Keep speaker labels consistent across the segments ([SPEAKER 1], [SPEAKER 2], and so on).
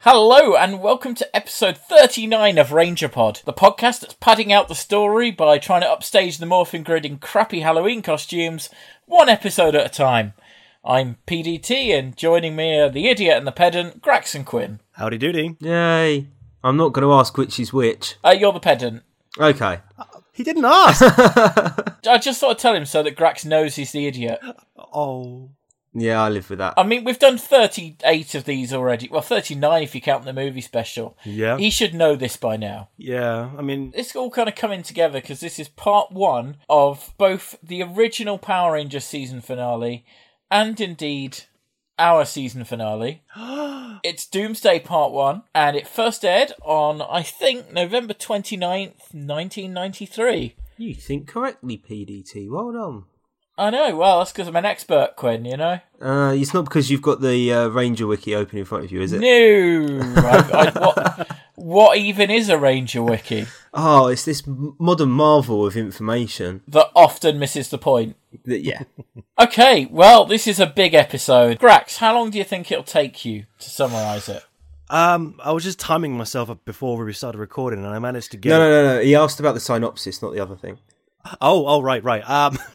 [SPEAKER 1] Hello and welcome to episode 39 of Ranger Pod, the podcast that's padding out the story by trying to upstage the Morphin Grid in crappy Halloween costumes, one episode at a time. I'm PDT and joining me are the idiot and the pedant, Grax and Quinn.
[SPEAKER 2] Howdy doody.
[SPEAKER 3] Yay. I'm not going to ask which is which.
[SPEAKER 1] Uh, you're the pedant.
[SPEAKER 3] Okay.
[SPEAKER 2] He didn't ask.
[SPEAKER 1] I just thought I'd tell him so that Grax knows he's the idiot.
[SPEAKER 2] oh.
[SPEAKER 3] Yeah, I live with that.
[SPEAKER 1] I mean, we've done 38 of these already. Well, 39 if you count the movie special.
[SPEAKER 2] Yeah.
[SPEAKER 1] He should know this by now.
[SPEAKER 2] Yeah. um, I mean,
[SPEAKER 1] it's all kind of coming together because this is part one of both the original Power Rangers season finale and indeed our season finale. it's Doomsday Part 1 and it first aired on, I think, November 29th, 1993.
[SPEAKER 3] You think correctly, PDT. Well done.
[SPEAKER 1] I know, well, that's because I'm an expert, Quinn, you know?
[SPEAKER 3] Uh, it's not because you've got the uh, Ranger Wiki open in front of you, is it?
[SPEAKER 1] No! I, I, what, what even is a Ranger Wiki
[SPEAKER 3] Oh, it's this m- modern marvel of information.
[SPEAKER 1] that often misses the point?
[SPEAKER 3] That, yeah.
[SPEAKER 1] Okay, well, this is a big episode. Grax, how long do you think it'll take you to summarise it?
[SPEAKER 2] um, I was just timing myself up before we started recording, and I managed to get.
[SPEAKER 3] no, no, no, no. He asked about the synopsis, not the other thing.
[SPEAKER 2] Oh, oh, right, right. Um,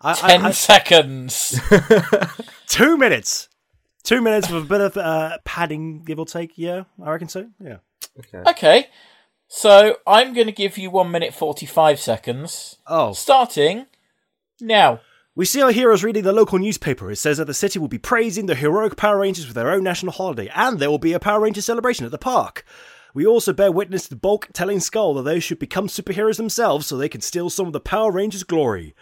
[SPEAKER 2] I,
[SPEAKER 1] Ten
[SPEAKER 2] I, I,
[SPEAKER 1] seconds.
[SPEAKER 2] two minutes. Two minutes with a bit of uh, padding, give or take. Yeah, I reckon so. Yeah.
[SPEAKER 1] okay, so I'm going to give you one minute forty-five seconds,
[SPEAKER 2] Oh,
[SPEAKER 1] starting now.
[SPEAKER 2] we see our heroes reading the local newspaper. It says that the city will be praising the heroic Power Rangers with their own national holiday, and there will be a Power Ranger celebration at the park. We also bear witness to Bulk telling Skull that they should become superheroes themselves so they can steal some of the Power Rangers' glory.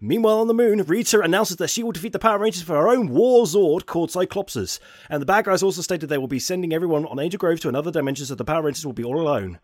[SPEAKER 2] Meanwhile, on the moon, Rita announces that she will defeat the Power Rangers with her own war zord called Cyclopses. And the bad guys also stated they will be sending everyone on Angel Grove to another dimension so the Power Rangers will be all alone.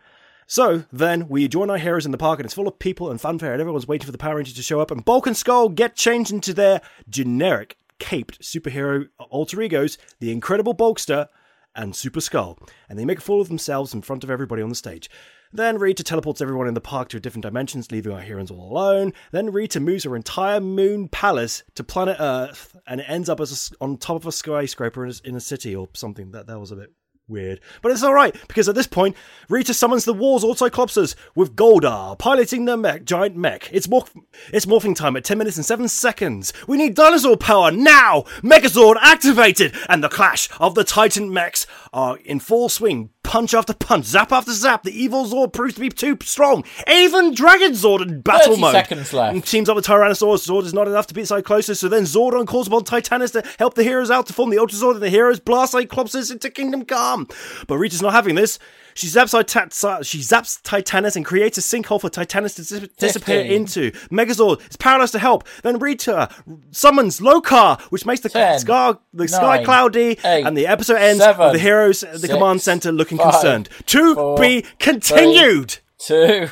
[SPEAKER 2] So, then, we join our heroes in the park and it's full of people and fanfare and everyone's waiting for the Power Rangers to show up and Bulk and Skull get changed into their generic, caped superhero alter egos, the Incredible Bulkster and Super Skull, and they make a fool of themselves in front of everybody on the stage. Then Rita teleports everyone in the park to different dimensions, leaving our heroes all alone. Then Rita moves her entire moon palace to planet Earth, and it ends up as a s on top of a skyscraper in a, in a city or something. That that was a bit weird, but it's all right because at this point, Rita summons the War's Autoclopsers with Goldar piloting their mech, giant mech. It's morph- it's morphing time at ten minutes and seven seconds. We need dinosaur power now. Megazord activated, and the clash of the Titan mechs are in full swing. Punch after punch, zap after zap. The evil Zord proves to be too strong. Even Dragon Zord in battle
[SPEAKER 1] 30
[SPEAKER 2] mode.
[SPEAKER 1] seconds left.
[SPEAKER 2] And teams up with Tyrannosaurus. Zord is not enough to beat Cyclosis, so then Zordon calls upon Titanus to help the heroes out to form the Ultrazord, and the heroes blast Cyclopsis into Kingdom Come. But Rita's not having this. She zaps, Titan- Si- she zaps Titanus and creates a sinkhole for Titanus to dis- disappear
[SPEAKER 1] Fifteen.
[SPEAKER 2] into. Megazord is powerless to help. Then Rita summons Lokar, which makes the
[SPEAKER 1] Ten,
[SPEAKER 2] sky, the sky
[SPEAKER 1] nine,
[SPEAKER 2] cloudy,
[SPEAKER 1] eight,
[SPEAKER 2] and the episode ends
[SPEAKER 1] seven,
[SPEAKER 2] with the heroes at the
[SPEAKER 1] six,
[SPEAKER 2] command center looking
[SPEAKER 1] five,
[SPEAKER 2] concerned. To
[SPEAKER 1] four,
[SPEAKER 2] be continued.
[SPEAKER 1] Two.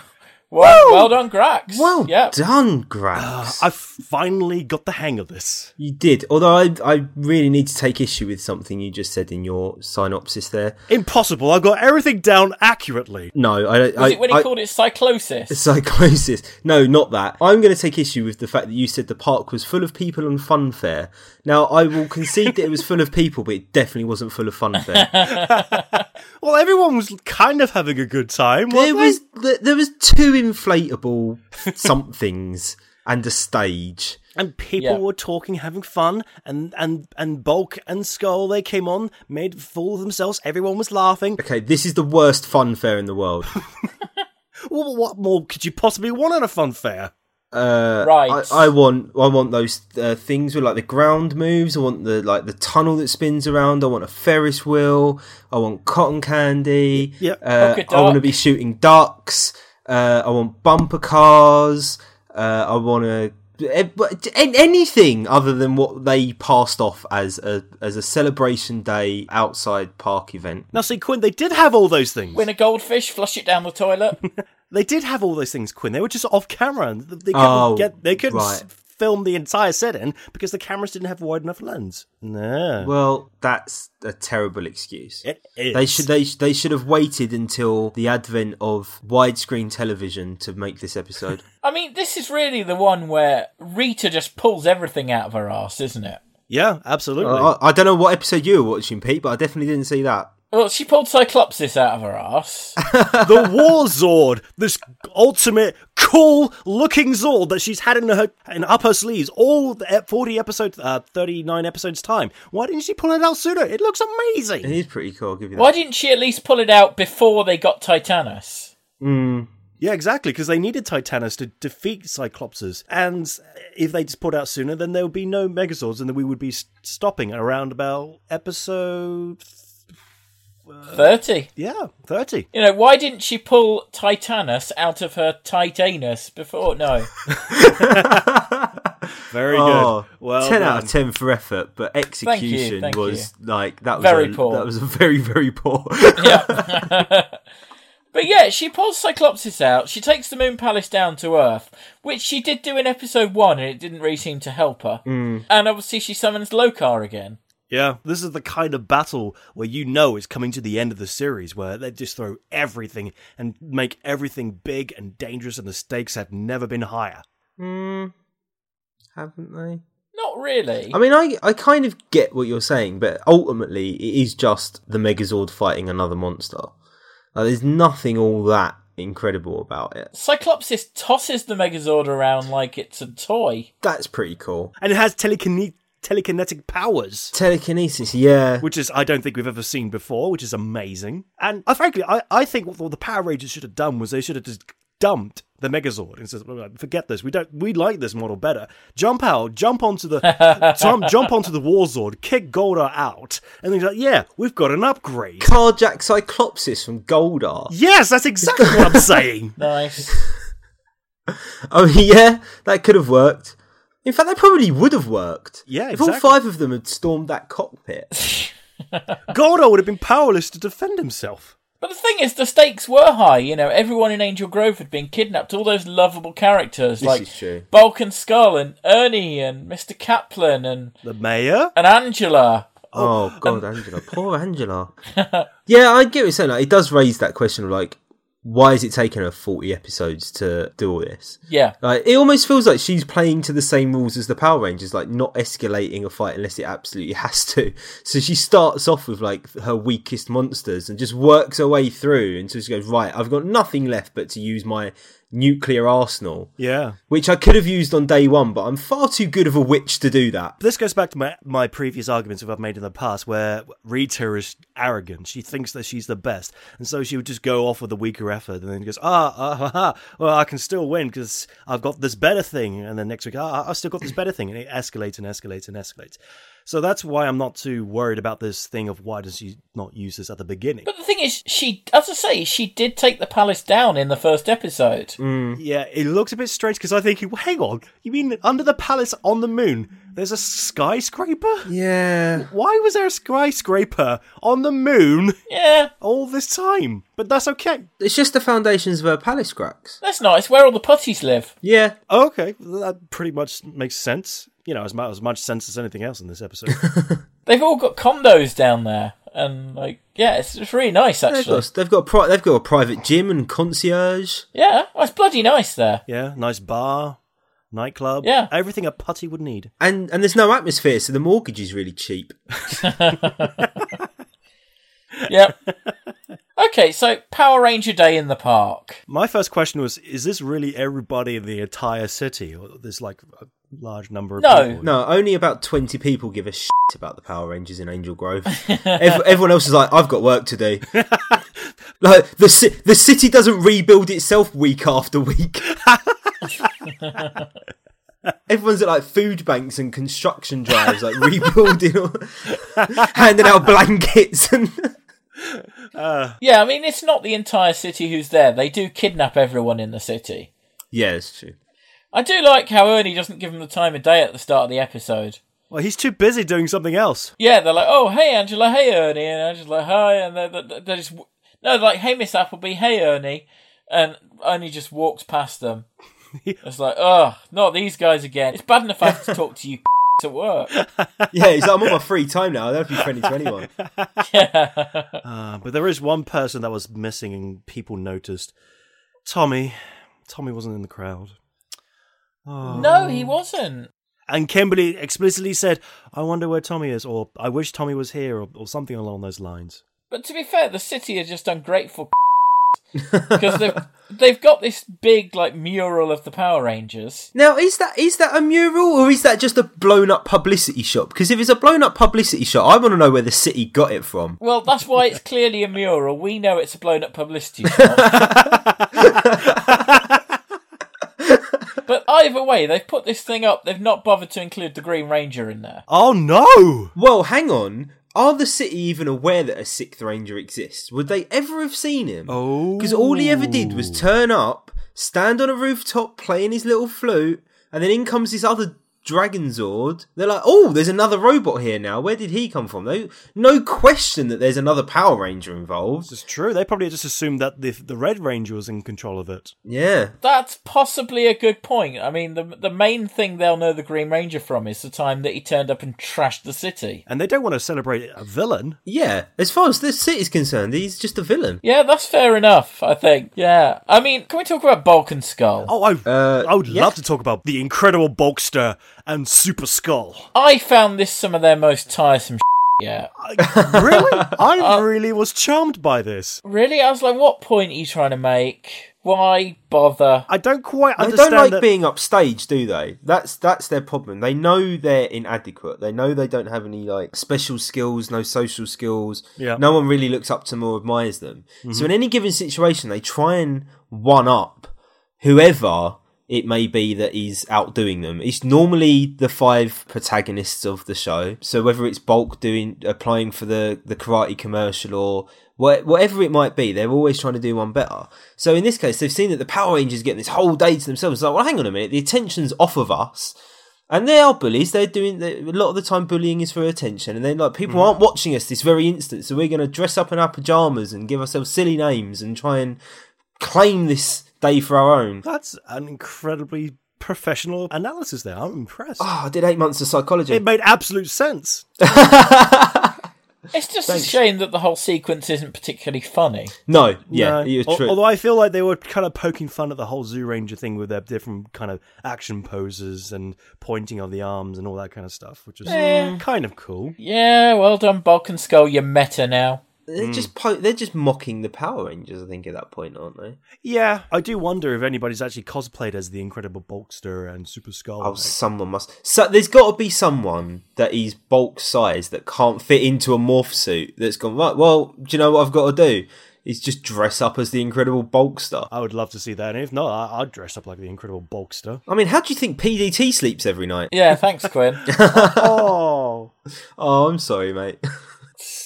[SPEAKER 1] One. Well done, Grax.
[SPEAKER 3] Well
[SPEAKER 1] Yep.
[SPEAKER 3] done,
[SPEAKER 1] Ah.
[SPEAKER 3] Grax.
[SPEAKER 2] I finally got the hang of this.
[SPEAKER 3] you did. Although I, I really need to take issue with something you just said in your synopsis there.
[SPEAKER 2] Impossible. I've got everything down accurately.
[SPEAKER 3] No, I don't.
[SPEAKER 1] Was
[SPEAKER 3] I,
[SPEAKER 1] it when he
[SPEAKER 3] I,
[SPEAKER 1] called it cyclosis?
[SPEAKER 3] Psychosis. No, not that. I'm going to take issue with the fact that you said the park was full of people and funfair. Now, I will concede that it was full of people, but it definitely wasn't full of funfair.
[SPEAKER 2] Well, everyone was kind of having a good time.
[SPEAKER 3] there
[SPEAKER 2] weren't
[SPEAKER 3] was th- there was two inflatable somethings and a stage.
[SPEAKER 2] they? and people
[SPEAKER 1] Yeah.
[SPEAKER 2] were talking, having fun, and and and Bulk and Skull they came on, made a fool of themselves. Everyone was laughing.
[SPEAKER 3] Okay, this is the worst funfair in the world.
[SPEAKER 2] Well, what more could you possibly want at a fun fair?
[SPEAKER 1] right.
[SPEAKER 3] Uh, I, I want I want those uh, things with like the ground moves. I want the like the tunnel that spins around. I want a Ferris wheel. I want cotton candy.
[SPEAKER 2] Yeah.
[SPEAKER 3] Uh,
[SPEAKER 1] Polka
[SPEAKER 3] I want to
[SPEAKER 1] duck.
[SPEAKER 3] be shooting ducks. Uh, I want bumper cars. Uh, I want to. Anything other than what they passed off as a as a celebration day outside park event.
[SPEAKER 2] Now, see, Quinn, they did have all those things.
[SPEAKER 1] Win a goldfish, flush it down the toilet.
[SPEAKER 2] They did have all those things, Quinn. They were just off camera. and They couldn't
[SPEAKER 3] Oh,
[SPEAKER 2] get. They couldn't s-
[SPEAKER 3] right.
[SPEAKER 2] film the entire set in because the cameras didn't have a wide enough lens. No,
[SPEAKER 3] Well, that's a terrible excuse.
[SPEAKER 2] it is.
[SPEAKER 3] They should they sh- they should have waited until the advent of widescreen television to make this episode.
[SPEAKER 1] I mean, this is really the one where Rita just pulls everything out of her ass, isn't it?
[SPEAKER 2] Yeah, absolutely.
[SPEAKER 3] I, I don't know what episode you were watching, Pete, but I definitely didn't see that.
[SPEAKER 1] Well, she pulled Cyclopsis out of her ass.
[SPEAKER 2] the War Zord, this ultimate cool looking Zord that she's had in her in up her sleeves all the ep- forty episodes, uh, thirty nine episodes time. Why didn't she pull it out sooner? It looks amazing.
[SPEAKER 3] It is pretty cool. I'll give you that.
[SPEAKER 1] Why didn't she at least pull it out before they got Titanus?
[SPEAKER 3] Mm.
[SPEAKER 2] Yeah, exactly, because they needed Titanus to defeat Cyclopses, and if they just pulled out sooner, then there would be no Megazords, and then we would be s- stopping around about episode
[SPEAKER 1] 30.
[SPEAKER 2] yeah thirty.
[SPEAKER 1] You know, why didn't she pull Titanus out of her Titanus before? No.
[SPEAKER 2] Very
[SPEAKER 3] Oh,
[SPEAKER 2] good. Well,
[SPEAKER 3] 10
[SPEAKER 2] done.
[SPEAKER 3] out of 10 for effort, but execution
[SPEAKER 1] thank
[SPEAKER 3] was like that was
[SPEAKER 1] Very
[SPEAKER 3] a,
[SPEAKER 1] poor.
[SPEAKER 3] That was a very very poor.
[SPEAKER 1] But yeah, she pulls Cyclopsis out. She takes the Moon Palace down to Earth, which she did do in episode one, and it didn't really seem to help her.
[SPEAKER 3] Hmm.
[SPEAKER 1] And obviously, she summons Lokar again.
[SPEAKER 2] Yeah, this is the kind of battle where you know it's coming to the end of the series, where they just throw everything and make everything big and dangerous, and the stakes have never been higher.
[SPEAKER 3] Mm, haven't they?
[SPEAKER 1] Not really.
[SPEAKER 3] I mean, I I kind of get what you're saying, but ultimately it is just the Megazord fighting another monster. Like, there's nothing all that incredible about it.
[SPEAKER 1] Cyclopsis tosses the Megazord around like it's a toy.
[SPEAKER 3] That's pretty cool.
[SPEAKER 2] And it has telekine- telekinetic powers,
[SPEAKER 3] Telekinesis, yeah.
[SPEAKER 2] which is I don't think we've ever seen before, which is amazing. And uh, frankly, I, I think what the Power Rangers should have done was they should have just dumped the Megazord and said, "Well, "Forget this. We don't. We like this model better. Jump out. Jump onto the jump, jump onto the Warzord. Kick Goldar out." And they're like, "Yeah, we've got an upgrade."
[SPEAKER 3] Carjack Cyclopsis from Goldar.
[SPEAKER 2] Yes, that's exactly what I'm saying.
[SPEAKER 1] Nice.
[SPEAKER 3] Oh yeah, that could have worked. In fact, that probably would have worked.
[SPEAKER 2] Yeah,
[SPEAKER 3] if all
[SPEAKER 2] exactly.
[SPEAKER 3] five of them had stormed that cockpit.
[SPEAKER 2] Goldar would have been powerless to defend himself.
[SPEAKER 1] but the thing is, the stakes were high. You know, everyone in Angel Grove had been kidnapped. All those lovable characters like
[SPEAKER 3] is true.
[SPEAKER 1] Bulk and Skull and Ernie and Mr. Kaplan and,
[SPEAKER 2] The mayor?
[SPEAKER 1] and Angela.
[SPEAKER 3] Oh God, Angela, poor Angela. yeah, I get what you're saying. Like, it does raise that question of like, why is it taking her forty episodes to do all this?
[SPEAKER 1] Yeah.
[SPEAKER 3] Like, it almost feels like she's playing to the same rules as the Power Rangers, like not escalating a fight unless it absolutely has to. So she starts off with like her weakest monsters and just works her way through until she goes right. I've got nothing left but to use my nuclear arsenal.
[SPEAKER 2] Yeah.
[SPEAKER 3] which I could have used on day one, but I'm far too good of a witch to do that.
[SPEAKER 2] This goes back to my, my previous arguments that I've made in the past where Rita is arrogant. She thinks that she's the best. And so she would just go off with the weaker effort and then goes, ah, ah, ha, ha. Well, I can still win because I've got this better thing. And then next week, ah, I've still got this better thing. And it escalates and escalates and escalates. So that's why I'm not too worried about this thing of why does she not use this at the beginning?
[SPEAKER 1] But the thing is, she, as I say, she did take the palace down in the first episode.
[SPEAKER 3] Mm.
[SPEAKER 2] Yeah, it looks a bit strange because I think, hang on, you mean under the palace on the moon, there's a skyscraper?
[SPEAKER 3] Yeah.
[SPEAKER 2] Why was there a skyscraper on the moon
[SPEAKER 1] Yeah,
[SPEAKER 2] all this time? But that's okay.
[SPEAKER 3] It's just the foundations of her palace cracks.
[SPEAKER 1] that's nice. Where all the putties live.
[SPEAKER 3] Yeah.
[SPEAKER 2] Okay, that pretty much makes sense. You know, as much, as much sense as anything else in this episode.
[SPEAKER 1] They've all got condos down there, and like, yeah, it's, it's really nice
[SPEAKER 3] They've
[SPEAKER 1] actually.
[SPEAKER 3] got, they've, got a pri- they've got a private gym and concierge.
[SPEAKER 1] Yeah, well, it's bloody nice there.
[SPEAKER 2] yeah, nice bar, nightclub.
[SPEAKER 1] Yeah.
[SPEAKER 2] Everything a putty would need.
[SPEAKER 3] And, and there's no atmosphere, so the mortgage is really cheap.
[SPEAKER 1] Yep. okay, so Power Ranger Day in the park.
[SPEAKER 2] My first question was Is this really everybody in the entire city? Or there's like a large number of
[SPEAKER 1] No.
[SPEAKER 2] people?
[SPEAKER 3] No, only about 20 people give a shit about the Power Rangers in Angel Grove. Ev- everyone else is like, I've got work to do. like, the, ci- the city doesn't rebuild itself week after week. Everyone's at like food banks and construction drives, like rebuilding, all- handing out blankets and.
[SPEAKER 1] Yeah, I mean, it's not the entire city who's there. They do kidnap everyone in the city.
[SPEAKER 3] Yeah, it's true.
[SPEAKER 1] I do like how Ernie doesn't give them the time of day at the start of the episode.
[SPEAKER 2] Well, he's too busy doing something else.
[SPEAKER 1] Yeah, they're like, oh, hey, Angela, hey, Ernie. And Angela's like, hi. And they're, they're, they're just, no, they're like, hey, Miss Appleby, hey, Ernie. And Ernie just walks past them. it's like, oh, not these guys again. It's bad enough I have to talk to you at work.
[SPEAKER 3] Yeah, he's like, I'm on my free time now. That'd be friendly to anyone.
[SPEAKER 2] Uh, but there is one person that was missing and people noticed. Tommy. Tommy wasn't in the crowd.
[SPEAKER 1] No, he wasn't.
[SPEAKER 2] And Kimberly explicitly said, I wonder where Tommy is, or I wish Tommy was here, or, or something along those lines.
[SPEAKER 1] But to be fair, the city are just ungrateful because they've they've got this big like mural of the Power Rangers.
[SPEAKER 3] Now, is that is that a mural or is that just a blown up publicity shot? Because if it's a blown up publicity shot, I want to know where the city got it from.
[SPEAKER 1] Well, that's why it's clearly a mural. We know it's a blown up publicity shot. but either way, they've put this thing up. They've not bothered to include the Green Ranger in there.
[SPEAKER 2] Oh no!
[SPEAKER 3] Well, hang on. Are the city even aware that a sixth ranger exists? Would they ever have seen him?
[SPEAKER 2] Oh.
[SPEAKER 3] because all he ever did was turn up, stand on a rooftop playing his little flute, and then in comes this other dragon zord. They're like, "Oh, there's another robot here now. Where did he come from?" No, no question that there's another Power Ranger involved.
[SPEAKER 2] This is true. They probably just assumed that the the Red Ranger was in control of it.
[SPEAKER 3] Yeah,
[SPEAKER 1] That's possibly a good point. I mean, the the main thing they'll know the Green Ranger from is the time that he turned up and trashed the city.
[SPEAKER 2] And they don't want to celebrate a villain.
[SPEAKER 3] yeah. As far as this city's concerned, he's just a villain.
[SPEAKER 1] Yeah, that's fair enough. I think. Yeah, I mean, can we talk about Bulk and Skull?
[SPEAKER 2] Oh, I,
[SPEAKER 3] Uh,
[SPEAKER 2] I would
[SPEAKER 3] yeah.
[SPEAKER 2] love to talk about the incredible Bulkster and Super Skull.
[SPEAKER 1] I found this some of their most tiresome. Shit, yeah,
[SPEAKER 2] I- really?
[SPEAKER 3] Uh,
[SPEAKER 2] I really was charmed by this.
[SPEAKER 1] really. I was like, what point are you trying to make? Why bother?
[SPEAKER 2] I don't quite
[SPEAKER 3] They
[SPEAKER 2] understand
[SPEAKER 3] don't like
[SPEAKER 2] that.
[SPEAKER 3] being upstage, do they? That's that's their problem. They know they're inadequate. They know they don't have any like special skills, no social skills.
[SPEAKER 2] Yeah. Mm-hmm.
[SPEAKER 3] No one really looks up to them or admires them. So in any given situation, they try and one up whoever it may be that is outdoing them. It's normally the five protagonists of the show. So whether it's Bulk doing applying for the the karate commercial or wha- whatever it might be, they're always trying to do one better. So in this case, they've seen that the Power Rangers getting this whole day to themselves. It's like, well, hang on a minute, the attention's off of us. And they are bullies. They're doing they- a lot of the time bullying is for attention, and then like people aren't watching us this very instant, so we're going to dress up in our pajamas and give ourselves silly names and try and claim this day for our own.
[SPEAKER 2] That's an incredibly professional analysis there. I'm impressed.
[SPEAKER 3] Oh, I did eight months of psychology.
[SPEAKER 2] It made absolute sense.
[SPEAKER 1] It's just a shame that the whole sequence isn't particularly funny.
[SPEAKER 3] no, yeah,
[SPEAKER 2] No.
[SPEAKER 3] you're
[SPEAKER 2] Al-
[SPEAKER 3] true.
[SPEAKER 2] Although I feel like they were kind of poking fun at the whole Zoo Ranger thing with their different kind of action poses and pointing of the arms and all that kind of stuff, which was kind of cool.
[SPEAKER 1] Yeah, well done, Bulk and Skull. You're meta now.
[SPEAKER 3] they're just po- they're just mocking the Power Rangers. I think at that point, aren't they?
[SPEAKER 2] Yeah, I do wonder if anybody's actually cosplayed as the Incredible Bulkster and Super Skull.
[SPEAKER 3] Oh, someone must. So there's got to be someone that is bulk size that can't fit into a morph suit. That's gone right. Well, do you know what I've got to do? Is just dress up as the Incredible Bulkster.
[SPEAKER 2] I would love to see that, and if not, I- I'd dress up like the Incredible Bulkster.
[SPEAKER 3] I mean, how do you think PDT sleeps every night?
[SPEAKER 1] Yeah, thanks, Quinn.
[SPEAKER 2] oh,
[SPEAKER 3] Oh, I'm sorry, mate.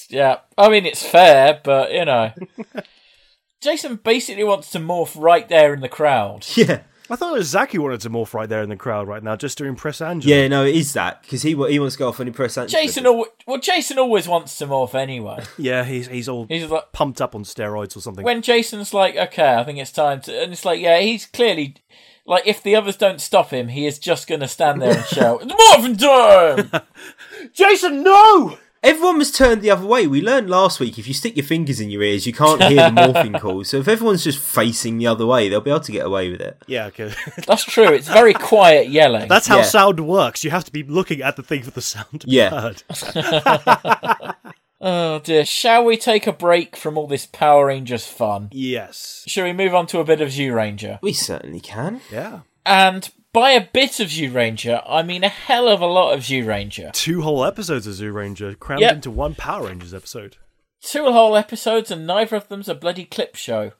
[SPEAKER 1] Yeah, I mean it's fair, but you know, Jason basically wants to morph right there in the crowd.
[SPEAKER 3] yeah.
[SPEAKER 2] I thought it was Zach who wanted to morph right there in the crowd right now, just to impress Angela.
[SPEAKER 3] Yeah, no, it is that because he wa- he wants to go off and impress Angela.
[SPEAKER 1] Jason, al- well, Jason always wants to morph anyway.
[SPEAKER 2] yeah, he's he's all
[SPEAKER 1] He's like,
[SPEAKER 2] pumped up on steroids or something.
[SPEAKER 1] when Jason's like, okay, I think it's time to, and it's like, yeah, he's clearly like, if the others don't stop him, he is just gonna stand there and shout, "It's morphing time!"
[SPEAKER 2] Jason, no!
[SPEAKER 3] Everyone was turned the other way. We learned last week if you stick your fingers in your ears, you can't hear the morphing call. So if everyone's just facing the other way, they'll be able to get away with it.
[SPEAKER 2] Yeah, okay.
[SPEAKER 1] That's true. It's very quiet yelling.
[SPEAKER 2] That's how
[SPEAKER 3] Yeah.
[SPEAKER 2] sound works. You have to be looking at the thing for the sound to be
[SPEAKER 3] Yeah.
[SPEAKER 2] heard.
[SPEAKER 1] oh dear. Shall we take a break from all this Power Rangers fun?
[SPEAKER 2] Yes.
[SPEAKER 1] Shall we move on to a bit of Zoo Ranger?
[SPEAKER 3] We certainly can.
[SPEAKER 2] Yeah.
[SPEAKER 1] And by a bit of Zoo Ranger, I mean a hell of a lot of Zoo Ranger.
[SPEAKER 2] Two whole episodes of Zoo Ranger crammed
[SPEAKER 1] Yep.
[SPEAKER 2] into one Power Rangers episode.
[SPEAKER 1] Two whole episodes, and neither of them's a bloody clip show.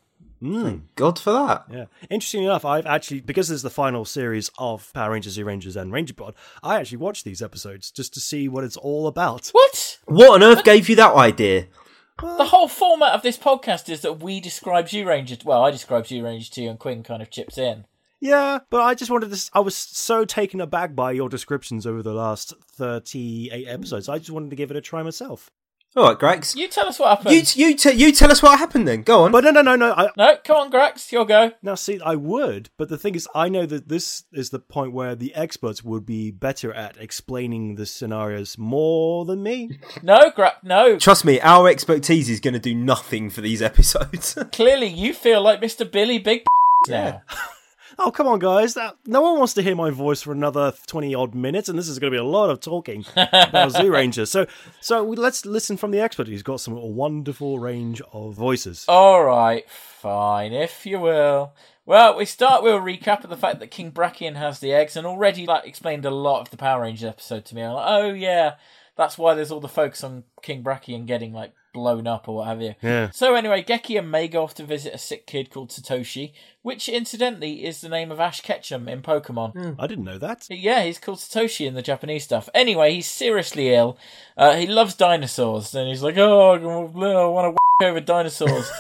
[SPEAKER 3] God for that.
[SPEAKER 2] Yeah. Interesting enough, I've actually, because this is the final series of Power Rangers, Zoo Rangers, and Ranger Pod, I actually watched these episodes just to see what it's all about.
[SPEAKER 1] What?
[SPEAKER 3] What on earth gave you that idea?
[SPEAKER 1] The whole format of this podcast is that we describe Zoo Ranger. Well, I describe Zoo Ranger to you, and Quinn kind of chips in.
[SPEAKER 2] Yeah, but I just wanted to. s- I was so taken aback by your descriptions over the last 38 episodes. I just wanted to give it a try myself.
[SPEAKER 3] All right, Grex. You
[SPEAKER 1] You tell us what happened.
[SPEAKER 3] you t- you, te- you tell us what happened then. Go on.
[SPEAKER 2] But no, no, no, no. I,
[SPEAKER 1] No, come on, Grax, your go.
[SPEAKER 2] now, see, I would, but the thing is, I know that this is the point where the experts would be better at explaining the scenarios more than me.
[SPEAKER 1] No, Grax, no.
[SPEAKER 3] Trust me, our expertise is going to do nothing for these episodes.
[SPEAKER 1] Clearly, you feel like Mr. Billy Big now.
[SPEAKER 2] oh come on guys, that, no one wants to hear my voice for another twenty odd minutes, and this is going to be a lot of talking about Zoo Rangers. So, so we- let's listen from the expert who's got some wonderful range of voices.
[SPEAKER 1] All right, fine, if you will. Well, we start with a recap of the fact that King Brachian has the eggs, and already that explained a lot of the Power Rangers episode to me. I'm like, oh yeah, that's why there's all the focus on King Brachian getting like blown up or what have you.
[SPEAKER 2] Yeah.
[SPEAKER 1] So anyway, Geki and May go off to visit a sick kid called Satoshi, which incidentally is the name of Ash Ketchum in Pokemon.
[SPEAKER 2] I didn't know that.
[SPEAKER 1] Yeah, he's called Satoshi in the Japanese stuff. Anyway, he's seriously ill. Uh, he loves dinosaurs, and he's like, "Oh, I want to over dinosaurs."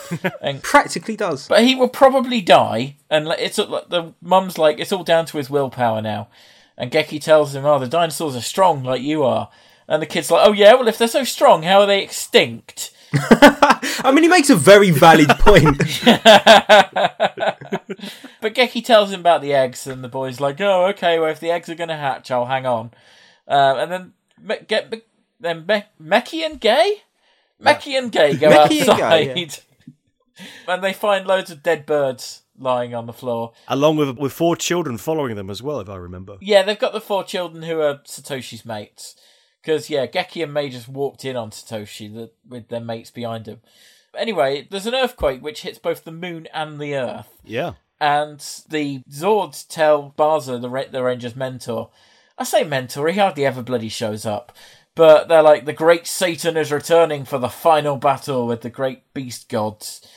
[SPEAKER 1] and,
[SPEAKER 3] Practically does.
[SPEAKER 1] but he will probably die, and like, it's like the mum's like, "It's all down to his willpower now." And Geki tells him, "Oh, the dinosaurs are strong like you are," and the kid's like, "Oh yeah, well if they're so strong, how are they extinct?"
[SPEAKER 3] I mean, he makes a very valid point.
[SPEAKER 1] But Geki tells him about the eggs, and the boy's like, "Oh, okay. Well, if the eggs are going to hatch, I'll hang on." Um, and then Me- get Me- then Me- Meki and Gay, Meki and Gay go
[SPEAKER 3] Meki and Gay,
[SPEAKER 1] outside,
[SPEAKER 3] yeah.
[SPEAKER 1] and they find loads of dead birds lying on the floor.
[SPEAKER 2] Along with with four children following them as well, if I remember.
[SPEAKER 1] Yeah, they've got the four children who are Satoshi's mates. Because, yeah, Geki and May just walked in on Satoshi the, with their mates behind him. Anyway, there's an earthquake which hits both the moon and the earth.
[SPEAKER 2] Yeah.
[SPEAKER 1] and the Zords tell Barza, the, Ra- the Ranger's mentor. I say mentor, he hardly ever bloody shows up. But they're like, the great Satan is returning for the final battle with the great beast gods.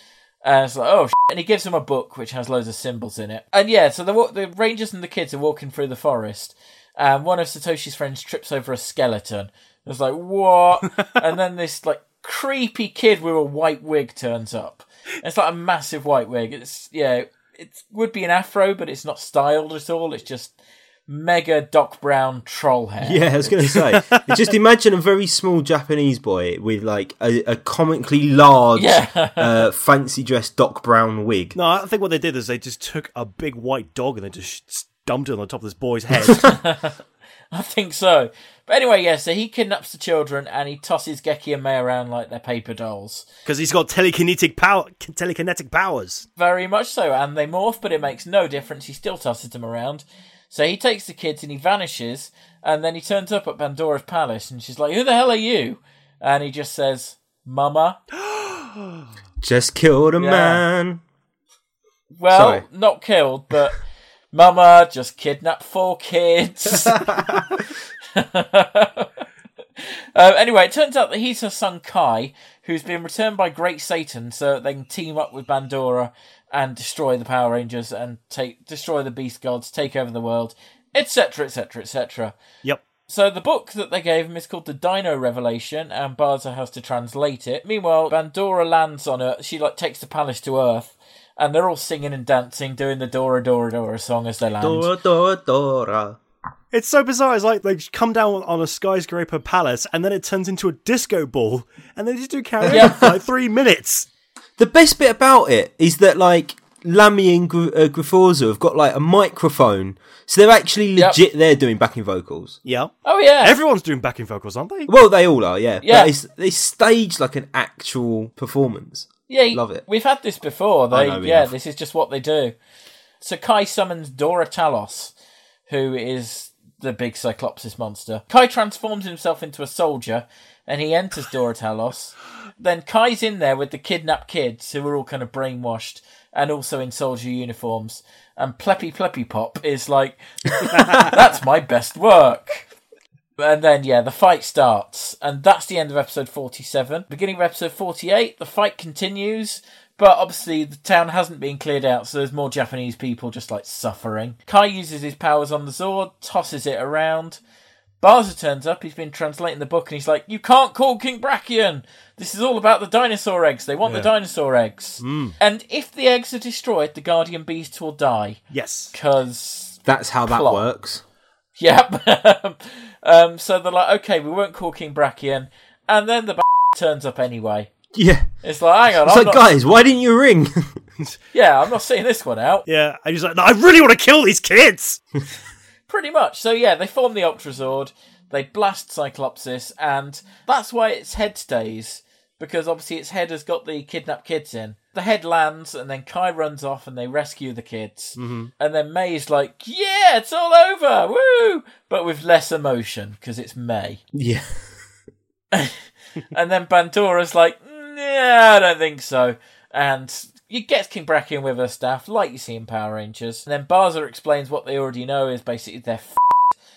[SPEAKER 1] And it's like, oh, shit. and he gives him a book which has loads of symbols in it. And yeah, so the, wa- the Rangers and the kids are walking through the forest, and one of Satoshi's friends trips over a skeleton. It's like, what? and then this, like, creepy kid with a white wig turns up. It's like a massive white wig. It's, yeah, it would be an afro, but it's not styled at all. It's just mega Doc Brown troll hair.
[SPEAKER 3] Yeah, I was going to say. Just imagine a very small Japanese boy with like a, a comically large,
[SPEAKER 1] Yeah.
[SPEAKER 3] uh, fancy dressed Doc Brown wig.
[SPEAKER 2] No, I think what they did is they just took a big white dog and they just dumped it on the top of this boy's head.
[SPEAKER 1] I think so. But anyway, yeah, so he kidnaps the children and he tosses Geki and May around like they're paper dolls.
[SPEAKER 2] because he's got telekinetic power, telekinetic powers.
[SPEAKER 1] Very much so, and they morph, but it makes no difference. He still tosses them around. So he takes the kids and he vanishes, and then he turns up at Pandora's palace, and she's like, "Who the hell are you?" And he just says, "Mama."
[SPEAKER 3] Just killed a man.
[SPEAKER 1] Well,
[SPEAKER 3] Sorry.
[SPEAKER 1] not killed, but Mama just kidnapped four kids. Uh, anyway, it turns out that he's her son Kai, who's been returned by Great Satan, so that they can team up with Bandora and destroy the Power Rangers and take destroy the Beast Gods, take over the world, etc., etc., etc.
[SPEAKER 2] Yep.
[SPEAKER 1] So the book that they gave him is called The Dino Revelation, and Barza has to translate it. Meanwhile, Bandora lands on Earth. She like takes the palace to Earth, and they're all singing and dancing, doing the Dora Dora Dora song as they land.
[SPEAKER 3] Dora, Dora, Dora.
[SPEAKER 2] It's so bizarre. It's like they come down on a skyscraper palace and then it turns into a disco ball and they just do karaoke
[SPEAKER 1] Yeah.
[SPEAKER 2] for like three minutes.
[SPEAKER 3] The best bit about it is that like Lammy and Gr- uh, Griforza have got like a microphone, so they're actually
[SPEAKER 1] Yep.
[SPEAKER 3] legit there doing backing vocals.
[SPEAKER 2] Yeah.
[SPEAKER 1] Oh yeah,
[SPEAKER 2] Everyone's doing backing vocals, aren't they?
[SPEAKER 3] Well, they all are, yeah. But
[SPEAKER 1] Yeah.
[SPEAKER 3] it's- they stage like an actual performance.
[SPEAKER 1] Yeah, y-
[SPEAKER 3] Love it.
[SPEAKER 1] We've had this before. They,
[SPEAKER 3] know we
[SPEAKER 1] yeah,
[SPEAKER 3] have.
[SPEAKER 1] this is just what they do. So Kai summons Dora Talos, who is the big Cyclopsis monster. Kai transforms himself into a soldier, and he enters Dora Talos. Then Kai's in there with the kidnapped kids, who are all kind of brainwashed and also in soldier uniforms. And Pleppy Pleppy Pop is like, "That's my best work." And then, yeah, the fight starts. And that's the end of episode 47. Beginning of episode 48, the fight continues. But obviously, the town hasn't been cleared out, so there's more Japanese people just like suffering. Kai uses his powers on the Zord, tosses it around. Barza turns up, he's been translating the book, and he's like, You can't call King Brachian! This is all about the dinosaur eggs. They want the dinosaur eggs. And if the eggs are destroyed, the guardian beast will die.
[SPEAKER 2] Yes.
[SPEAKER 1] Because
[SPEAKER 3] That's how that
[SPEAKER 1] Plot.
[SPEAKER 3] works.
[SPEAKER 1] Yep. um, so they're like, okay, we won't call King Brachian, and then the b- turns up anyway.
[SPEAKER 3] Yeah.
[SPEAKER 1] It's like, hang on,
[SPEAKER 3] It's
[SPEAKER 1] I'm
[SPEAKER 3] like,
[SPEAKER 1] not,
[SPEAKER 3] guys, why didn't you ring?
[SPEAKER 1] yeah, I'm not seeing this one out.
[SPEAKER 2] Yeah. I just like, "No, I really want to kill these kids.
[SPEAKER 1] Pretty much. So yeah, they form the Ultra Zord, they blast Cyclopsis, and that's why its head stays. because obviously its head has got the kidnapped kids in. The head lands, and then Kai runs off, and they rescue the kids.
[SPEAKER 3] Mm-hmm.
[SPEAKER 1] And then May's like, "Yeah, it's all over, woo!" But with less emotion because it's May.
[SPEAKER 3] Yeah.
[SPEAKER 1] and then Bandora's like, "Yeah, I don't think so." And you get King Brachian with her staff, like you see in Power Rangers. And then Barza explains what they already know is basically they're f-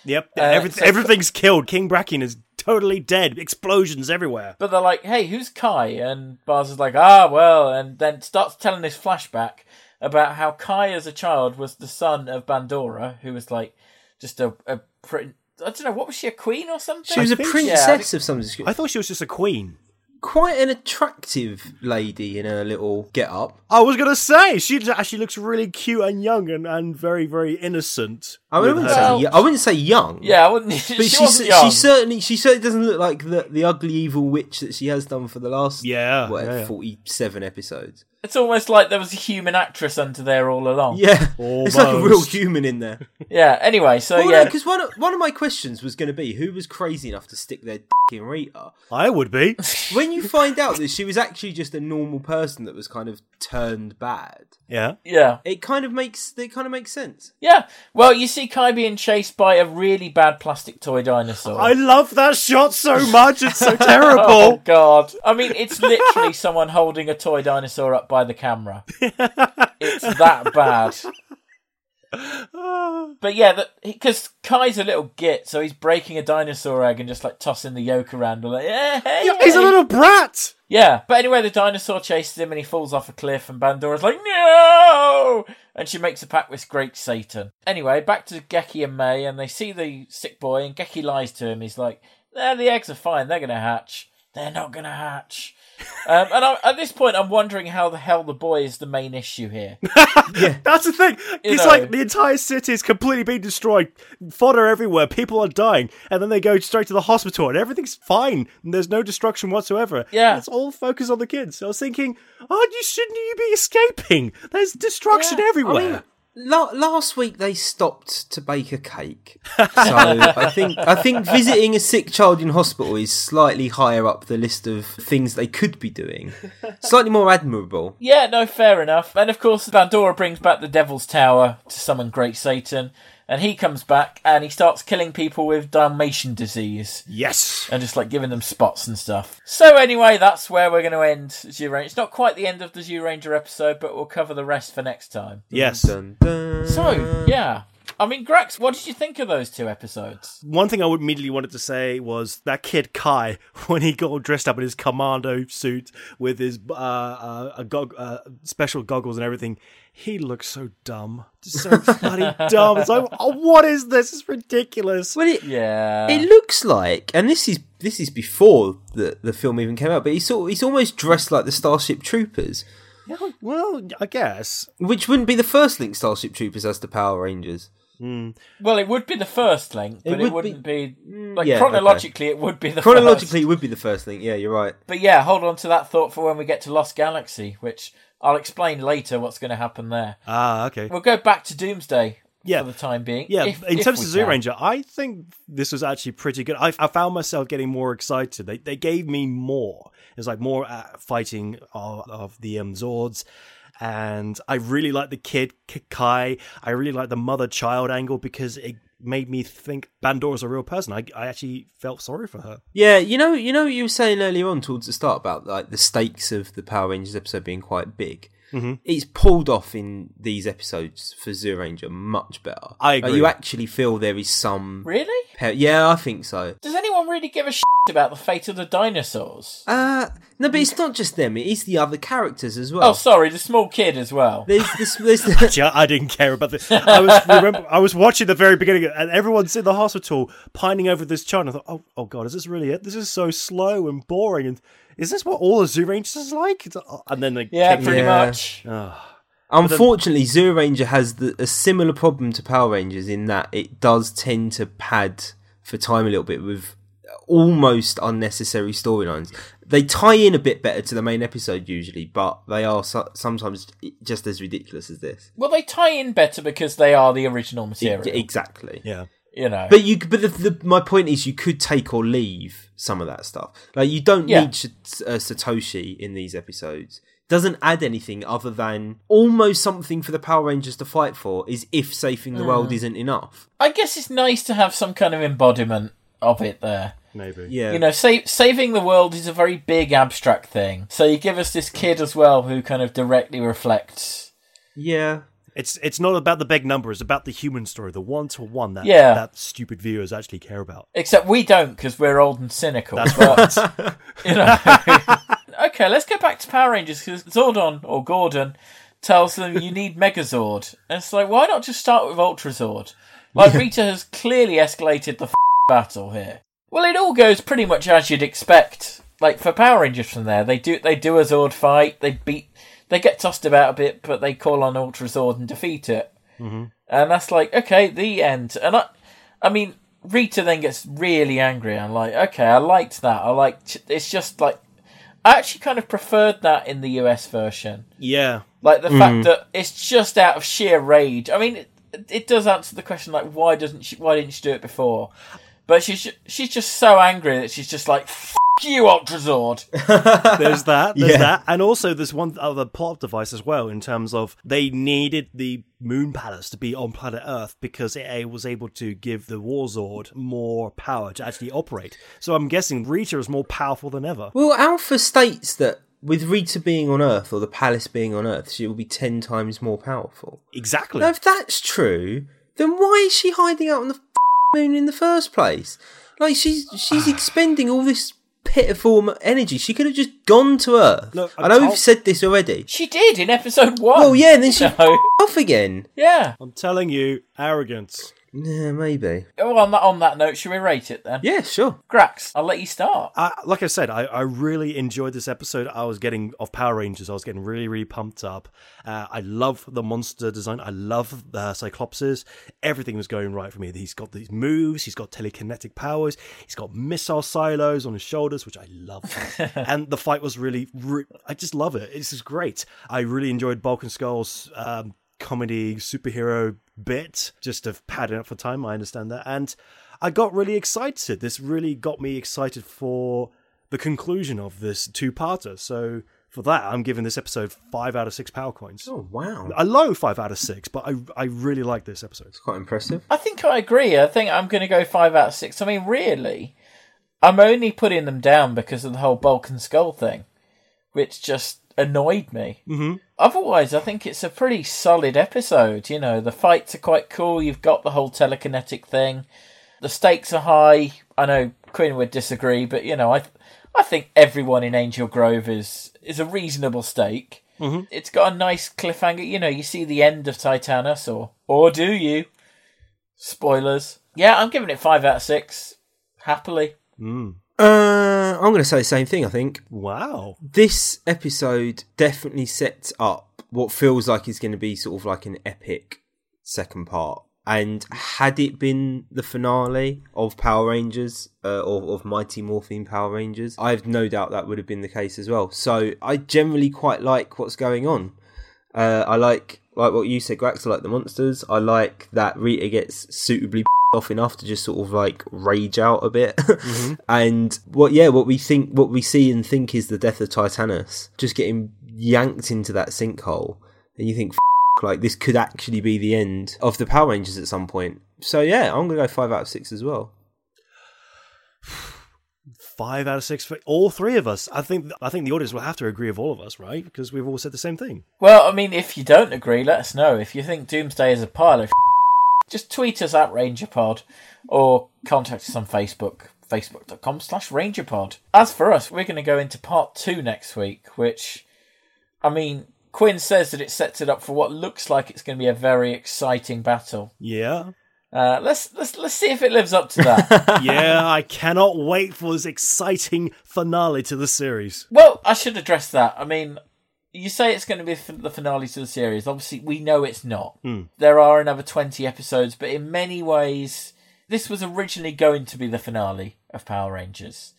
[SPEAKER 2] Yep.
[SPEAKER 3] Uh,
[SPEAKER 2] everyth-
[SPEAKER 1] so-
[SPEAKER 2] everything's killed. King Bracken is totally dead. Explosions everywhere.
[SPEAKER 1] But they're like, hey, who's Kai? And Baz is like, ah, well, and then starts telling this flashback about how Kai as a child was the son of Bandora, who was like just a, a prin- I don't know, what was she, a queen or something?
[SPEAKER 3] She was a
[SPEAKER 2] think-
[SPEAKER 3] princess of some description.
[SPEAKER 2] I thought she was just a queen.
[SPEAKER 3] Quite an attractive lady in her little get up.
[SPEAKER 2] I was gonna say she j- actually looks really cute and young and, and very very innocent.
[SPEAKER 3] I
[SPEAKER 2] with
[SPEAKER 3] wouldn't,
[SPEAKER 2] her.
[SPEAKER 1] Well-
[SPEAKER 3] say, I wouldn't say young.
[SPEAKER 1] Yeah, I wouldn't. she,
[SPEAKER 3] But she,
[SPEAKER 1] wasn't
[SPEAKER 3] she,
[SPEAKER 1] young.
[SPEAKER 3] certainly she certainly doesn't look like the, the ugly evil witch that she has done for the last
[SPEAKER 2] Yeah,
[SPEAKER 3] what,
[SPEAKER 2] yeah, yeah.
[SPEAKER 3] 47 episodes.
[SPEAKER 1] It's almost like there was a human actress under there all along. Yeah.
[SPEAKER 3] Yeah. It's like a real
[SPEAKER 2] Almost.
[SPEAKER 3] human in there.
[SPEAKER 1] Anyway, so
[SPEAKER 3] Well,
[SPEAKER 1] Uh, yeah,
[SPEAKER 3] because one, of- one of my questions was going to be who was crazy enough to stick their dick in Rita?
[SPEAKER 2] I would be.
[SPEAKER 3] When you find out that she was actually just a normal person that was kind of turned bad,
[SPEAKER 2] Yeah.
[SPEAKER 1] yeah,
[SPEAKER 3] it kind of makes it kind of makes sense.
[SPEAKER 1] yeah. Well, you see Kai being chased by a really bad plastic toy dinosaur.
[SPEAKER 2] I love that shot so much. It's so
[SPEAKER 1] Oh
[SPEAKER 2] terrible.
[SPEAKER 1] god. I mean it's literally someone holding a toy dinosaur up by the camera. it's that bad. But yeah, because Kai's a little git, so he's breaking a dinosaur egg and just like tossing the yolk around. Like, yeah, hey,
[SPEAKER 2] Yeah, He's a
[SPEAKER 1] hey."
[SPEAKER 2] little brat.
[SPEAKER 1] Yeah, but anyway, the dinosaur chases him and he falls off a cliff, and Bandora's like, no! And she makes a pact with Great Satan. Anyway, back to Geki and May, and they see the sick boy, and Geki lies to him. He's like, nah, the eggs are fine, they're going to hatch. They're not going to hatch. Um, and I, at this point, I'm wondering how the hell the boy is the main issue here.
[SPEAKER 2] That's the thing.
[SPEAKER 1] You
[SPEAKER 2] it's
[SPEAKER 1] know.
[SPEAKER 2] like the entire city is completely being destroyed, fodder everywhere, people are dying, and then they go straight to the hospital and everything's fine. And there's no destruction whatsoever.
[SPEAKER 1] Yeah.
[SPEAKER 2] It's all focused on the kids. I was thinking, oh, you shouldn't you be escaping? There's destruction
[SPEAKER 1] Yeah, I
[SPEAKER 2] everywhere.
[SPEAKER 3] La- last week they stopped to bake a cake, so I think I think visiting a sick child in hospital is slightly higher up the list of things they could be doing, slightly more admirable.
[SPEAKER 1] Yeah, no, fair enough. And of course, Bandora brings back the Devil's Tower to summon Great Satan, and he comes back and he starts killing people with Dalmatian disease.
[SPEAKER 2] yes.
[SPEAKER 1] and just like giving them spots and stuff. So anyway, that's where we're going to end Zoo Ranger. It's not quite the end of the Zoo Ranger episode, but we'll cover the rest for next time.
[SPEAKER 2] Yes.
[SPEAKER 3] Dun, dun.
[SPEAKER 1] So yeah, I mean, Grax, what did you think of those two episodes?
[SPEAKER 2] One thing I would immediately wanted to say was that kid Kai, when he got all dressed up in his commando suit with his uh, uh, a gog- uh, special goggles and everything, he looks so dumb, just so bloody dumb. It's like, oh, what is this? It's ridiculous.
[SPEAKER 3] Well, it,
[SPEAKER 1] Yeah,
[SPEAKER 3] It looks like, and this is this is before the, the film even came out, but he's sort he's almost dressed like the Starship Troopers,
[SPEAKER 2] Yeah, well, I guess.
[SPEAKER 3] which wouldn't be the first link Starship Troopers has to Power Rangers.
[SPEAKER 1] well, it would be the first link, but it,
[SPEAKER 3] would
[SPEAKER 1] would not be, like
[SPEAKER 3] yeah, okay.
[SPEAKER 1] chronologically. It would be the
[SPEAKER 3] Chronologically,
[SPEAKER 1] First.
[SPEAKER 3] it would be the first link. Yeah, you're right.
[SPEAKER 1] But yeah, hold on to that thought for when we get to Lost Galaxy, which I'll explain later what's going to happen there.
[SPEAKER 2] Ah, okay.
[SPEAKER 1] We'll go back to Doomsday
[SPEAKER 2] Yeah.
[SPEAKER 1] for the time being.
[SPEAKER 2] Yeah,
[SPEAKER 1] if-
[SPEAKER 2] in
[SPEAKER 1] if
[SPEAKER 2] terms
[SPEAKER 1] we
[SPEAKER 2] of Zoo
[SPEAKER 1] can.
[SPEAKER 2] Ranger, I think this was actually pretty good. I, I found myself getting more excited. They, they gave me more. It was like more uh, fighting of, of the um, Zords. And I really liked the kid, K- Kai. I really liked the mother child angle because it made me think Bandora's a real person. I, I actually felt sorry for her.
[SPEAKER 3] Yeah, you know, you know, what you were saying earlier on towards the start about like the stakes of the Power Rangers episode being quite big. Mm-hmm. It's pulled off in these episodes for Zoo Ranger much better.
[SPEAKER 2] I
[SPEAKER 3] Like,
[SPEAKER 2] agree.
[SPEAKER 3] you actually feel there is some.
[SPEAKER 1] really?
[SPEAKER 3] pe- yeah, I think so.
[SPEAKER 1] Does anyone really give a shit about the fate of the dinosaurs?
[SPEAKER 3] Uh, no, but it's not just them; it is the other characters as well.
[SPEAKER 1] Oh, sorry, the small kid as well.
[SPEAKER 3] There's this, there's the,
[SPEAKER 2] Actually, I I didn't care about this. I was remember, I was watching the very beginning, and everyone's in the hospital pining over this child. And I thought, oh, oh god, is this really it? This is so slow and boring. And is this what all the zoo rangers is like? It's- oh, And then they
[SPEAKER 1] Yeah,
[SPEAKER 2] kick
[SPEAKER 1] pretty
[SPEAKER 2] me.
[SPEAKER 3] Yeah. Uh.
[SPEAKER 1] much.
[SPEAKER 3] unfortunately, Zoo Ranger has the, a similar problem to Power Rangers in that it does tend to pad for time a little bit with almost unnecessary storylines. They tie in a bit better to the main episode usually, but they are so, sometimes just as ridiculous as this.
[SPEAKER 1] Well, they tie in better because they are the original material.
[SPEAKER 3] Exactly.
[SPEAKER 2] yeah.
[SPEAKER 1] You know,
[SPEAKER 3] But you, but the, the, my point is, you could take or leave some of that stuff. Like you don't
[SPEAKER 1] Yeah.
[SPEAKER 3] need Sh- uh, Satoshi in these episodes. Doesn't add anything other than almost something for the Power Rangers to fight for. Is if saving the
[SPEAKER 1] Mm.
[SPEAKER 3] world isn't enough.
[SPEAKER 1] I guess it's nice to have some kind of embodiment of it there.
[SPEAKER 2] Maybe.
[SPEAKER 3] Yeah,
[SPEAKER 1] You know, sa- saving the world is a very big abstract thing. So you give us this kid as well who kind of directly reflects.
[SPEAKER 3] yeah.
[SPEAKER 2] It's it's not about the big number. It's about the human story, the one to one that
[SPEAKER 1] Yeah.
[SPEAKER 2] that stupid viewers actually care about.
[SPEAKER 1] Except we don't because we're old and cynical.
[SPEAKER 2] That's
[SPEAKER 1] but, you know. okay, let's go back to Power Rangers because Zordon or Gordon tells them you need Megazord. And it's like, why not just start with Ultrazord? Like, Rita has clearly escalated the f- battle here. Well, it all goes pretty much as you'd expect. Like for Power Rangers from there, they do they do a Zord fight. They beat they get tossed about a bit, but they call on Ultra Zord and defeat it. And that's like okay, the end. And I, I mean, Rita then gets really angry. I'm like, okay, I liked that. I liked it's just like I actually kind of preferred that in the US version.
[SPEAKER 2] Yeah.
[SPEAKER 1] Like the
[SPEAKER 3] Mm.
[SPEAKER 1] fact that it's just out of sheer rage. I mean, it, it does answer the question like why doesn't she? Why didn't she do it before? But she's ju- she's just so angry that she's just like F- you, Ultrazord.
[SPEAKER 2] There's that. There's
[SPEAKER 3] Yeah.
[SPEAKER 2] that. And also there's one other plot device as well in terms of they needed the moon palace to be on planet Earth because it uh, was able to give the Warzord more power to actually operate. So I'm guessing Rita is more powerful than ever.
[SPEAKER 3] Well, Alpha states that with Rita being on Earth or the Palace being on Earth, she will be ten times more powerful.
[SPEAKER 2] Exactly.
[SPEAKER 3] Now, if that's true, then why is she hiding out on the f- moon in the first place? Like she's she's expending all this pitiful energy. She could have just gone to Earth.
[SPEAKER 2] Look,
[SPEAKER 3] I
[SPEAKER 2] I'm
[SPEAKER 3] know
[SPEAKER 2] told-
[SPEAKER 3] we've said this already.
[SPEAKER 1] She did in episode one.
[SPEAKER 3] Oh yeah, and then she
[SPEAKER 1] You
[SPEAKER 3] f-
[SPEAKER 1] know?
[SPEAKER 3] off again.
[SPEAKER 1] yeah.
[SPEAKER 2] I'm telling you, arrogance.
[SPEAKER 3] Yeah, maybe.
[SPEAKER 1] Oh, on that on that note, should we rate it then?
[SPEAKER 3] Yeah, sure.
[SPEAKER 1] Grax, I'll let you start.
[SPEAKER 2] I, like I said, I, I really enjoyed this episode. I was getting of Power Rangers. I was getting really, really pumped up. Uh, I love the monster design. I love the Cyclopses. Everything was going right for me. He's got these moves. He's got telekinetic powers. He's got missile silos on his shoulders, which I love. and the fight was really, re- I just love it. This is great. I really enjoyed Balkan Skull's um, comedy superhero bit just to pad it up for time. I understand that. And I got really excited. This really got me excited for the conclusion of this two parter. So for that, I'm giving this episode five out of six power coins.
[SPEAKER 3] Oh wow,
[SPEAKER 2] A low five out of six, but I I really like this episode.
[SPEAKER 3] it's quite impressive.
[SPEAKER 1] I think I agree. I think I'm going to go five out of six. I mean, really, I'm only putting them down because of the whole Balkan skull thing, which just annoyed me. Mm-hmm. Otherwise, I think it's a pretty solid episode. You know, the fights are quite cool. You've got the whole telekinetic thing. The stakes are high. I know Quinn would disagree, but you know, I, I think everyone in Angel Grove is is a reasonable stake. Mm-hmm. It's got a nice cliffhanger. You know, you see the end of Titanus, or or do you? Spoilers. Yeah, I'm giving it five out of six. Happily.
[SPEAKER 3] Uh, I'm going to say the same thing. I think
[SPEAKER 2] Wow.
[SPEAKER 3] this episode definitely sets up what feels like is going to be sort of like an epic second part. And had it been the finale of Power Rangers uh, or of Mighty Morphin Power Rangers, I have no doubt that would have been the case as well. So I generally quite like what's going on. Uh, I like like what you said, Grax. I like the monsters. I like that Rita gets suitably off enough to just sort of like rage out a bit. and what yeah, what we think, what we see and think is the death of Titanus, just getting yanked into that sinkhole, and you think F- like this could actually be the end of the Power Rangers at some point. So yeah, I'm gonna go five out of six as well.
[SPEAKER 2] Five out of six for all three of us. I think I think the audience will have to agree with all of us, right? Because we've all said the same thing.
[SPEAKER 1] Well, I mean, if you don't agree, let us know. If you think Doomsday is a pile of just tweet us at RangerPod or contact us on Facebook, facebook.com slash RangerPod. As for us, we're going to go into part two next week, which, I mean, Quinn says that it sets it up for what looks like it's going to be a very exciting battle.
[SPEAKER 2] Yeah.
[SPEAKER 1] Uh, let's let's let's see if it lives up to that.
[SPEAKER 2] yeah, I cannot wait for this exciting finale to the series.
[SPEAKER 1] Well, I should address that. I mean, you say it's going to be f- the finale to the series. Obviously, we know it's not. There are another 20 episodes, but in many ways, this was originally going to be the finale of Power Rangers.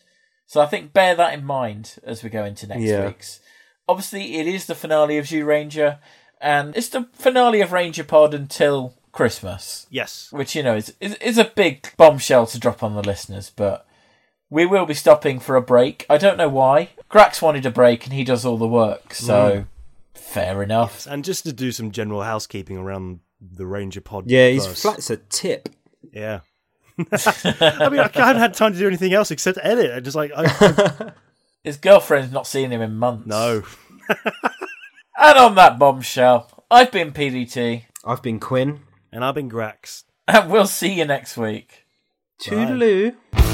[SPEAKER 1] So I think bear that in mind as we go into next
[SPEAKER 3] Yeah.
[SPEAKER 1] week's. Obviously, it is the finale of Zoo Ranger, and it's the finale of Ranger Pod until Christmas,
[SPEAKER 2] Yes.
[SPEAKER 1] which you know is, is is a big bombshell to drop on the listeners, but we will be stopping for a break. I don't know why. Grax wanted a break, and he does all the work, so fair enough.
[SPEAKER 2] And just to do some general housekeeping around the Ranger pod.
[SPEAKER 3] Yeah, his
[SPEAKER 2] first.
[SPEAKER 3] flat's a tip.
[SPEAKER 2] Yeah. I mean, I haven't had time to do anything else except edit. I just like, I,
[SPEAKER 1] His girlfriend's not seen him in months.
[SPEAKER 2] no.
[SPEAKER 1] And on that bombshell, I've been PDT,
[SPEAKER 3] I've been Quinn.
[SPEAKER 2] And I've been Grax.
[SPEAKER 1] and we'll see you next week.
[SPEAKER 3] Toodaloo.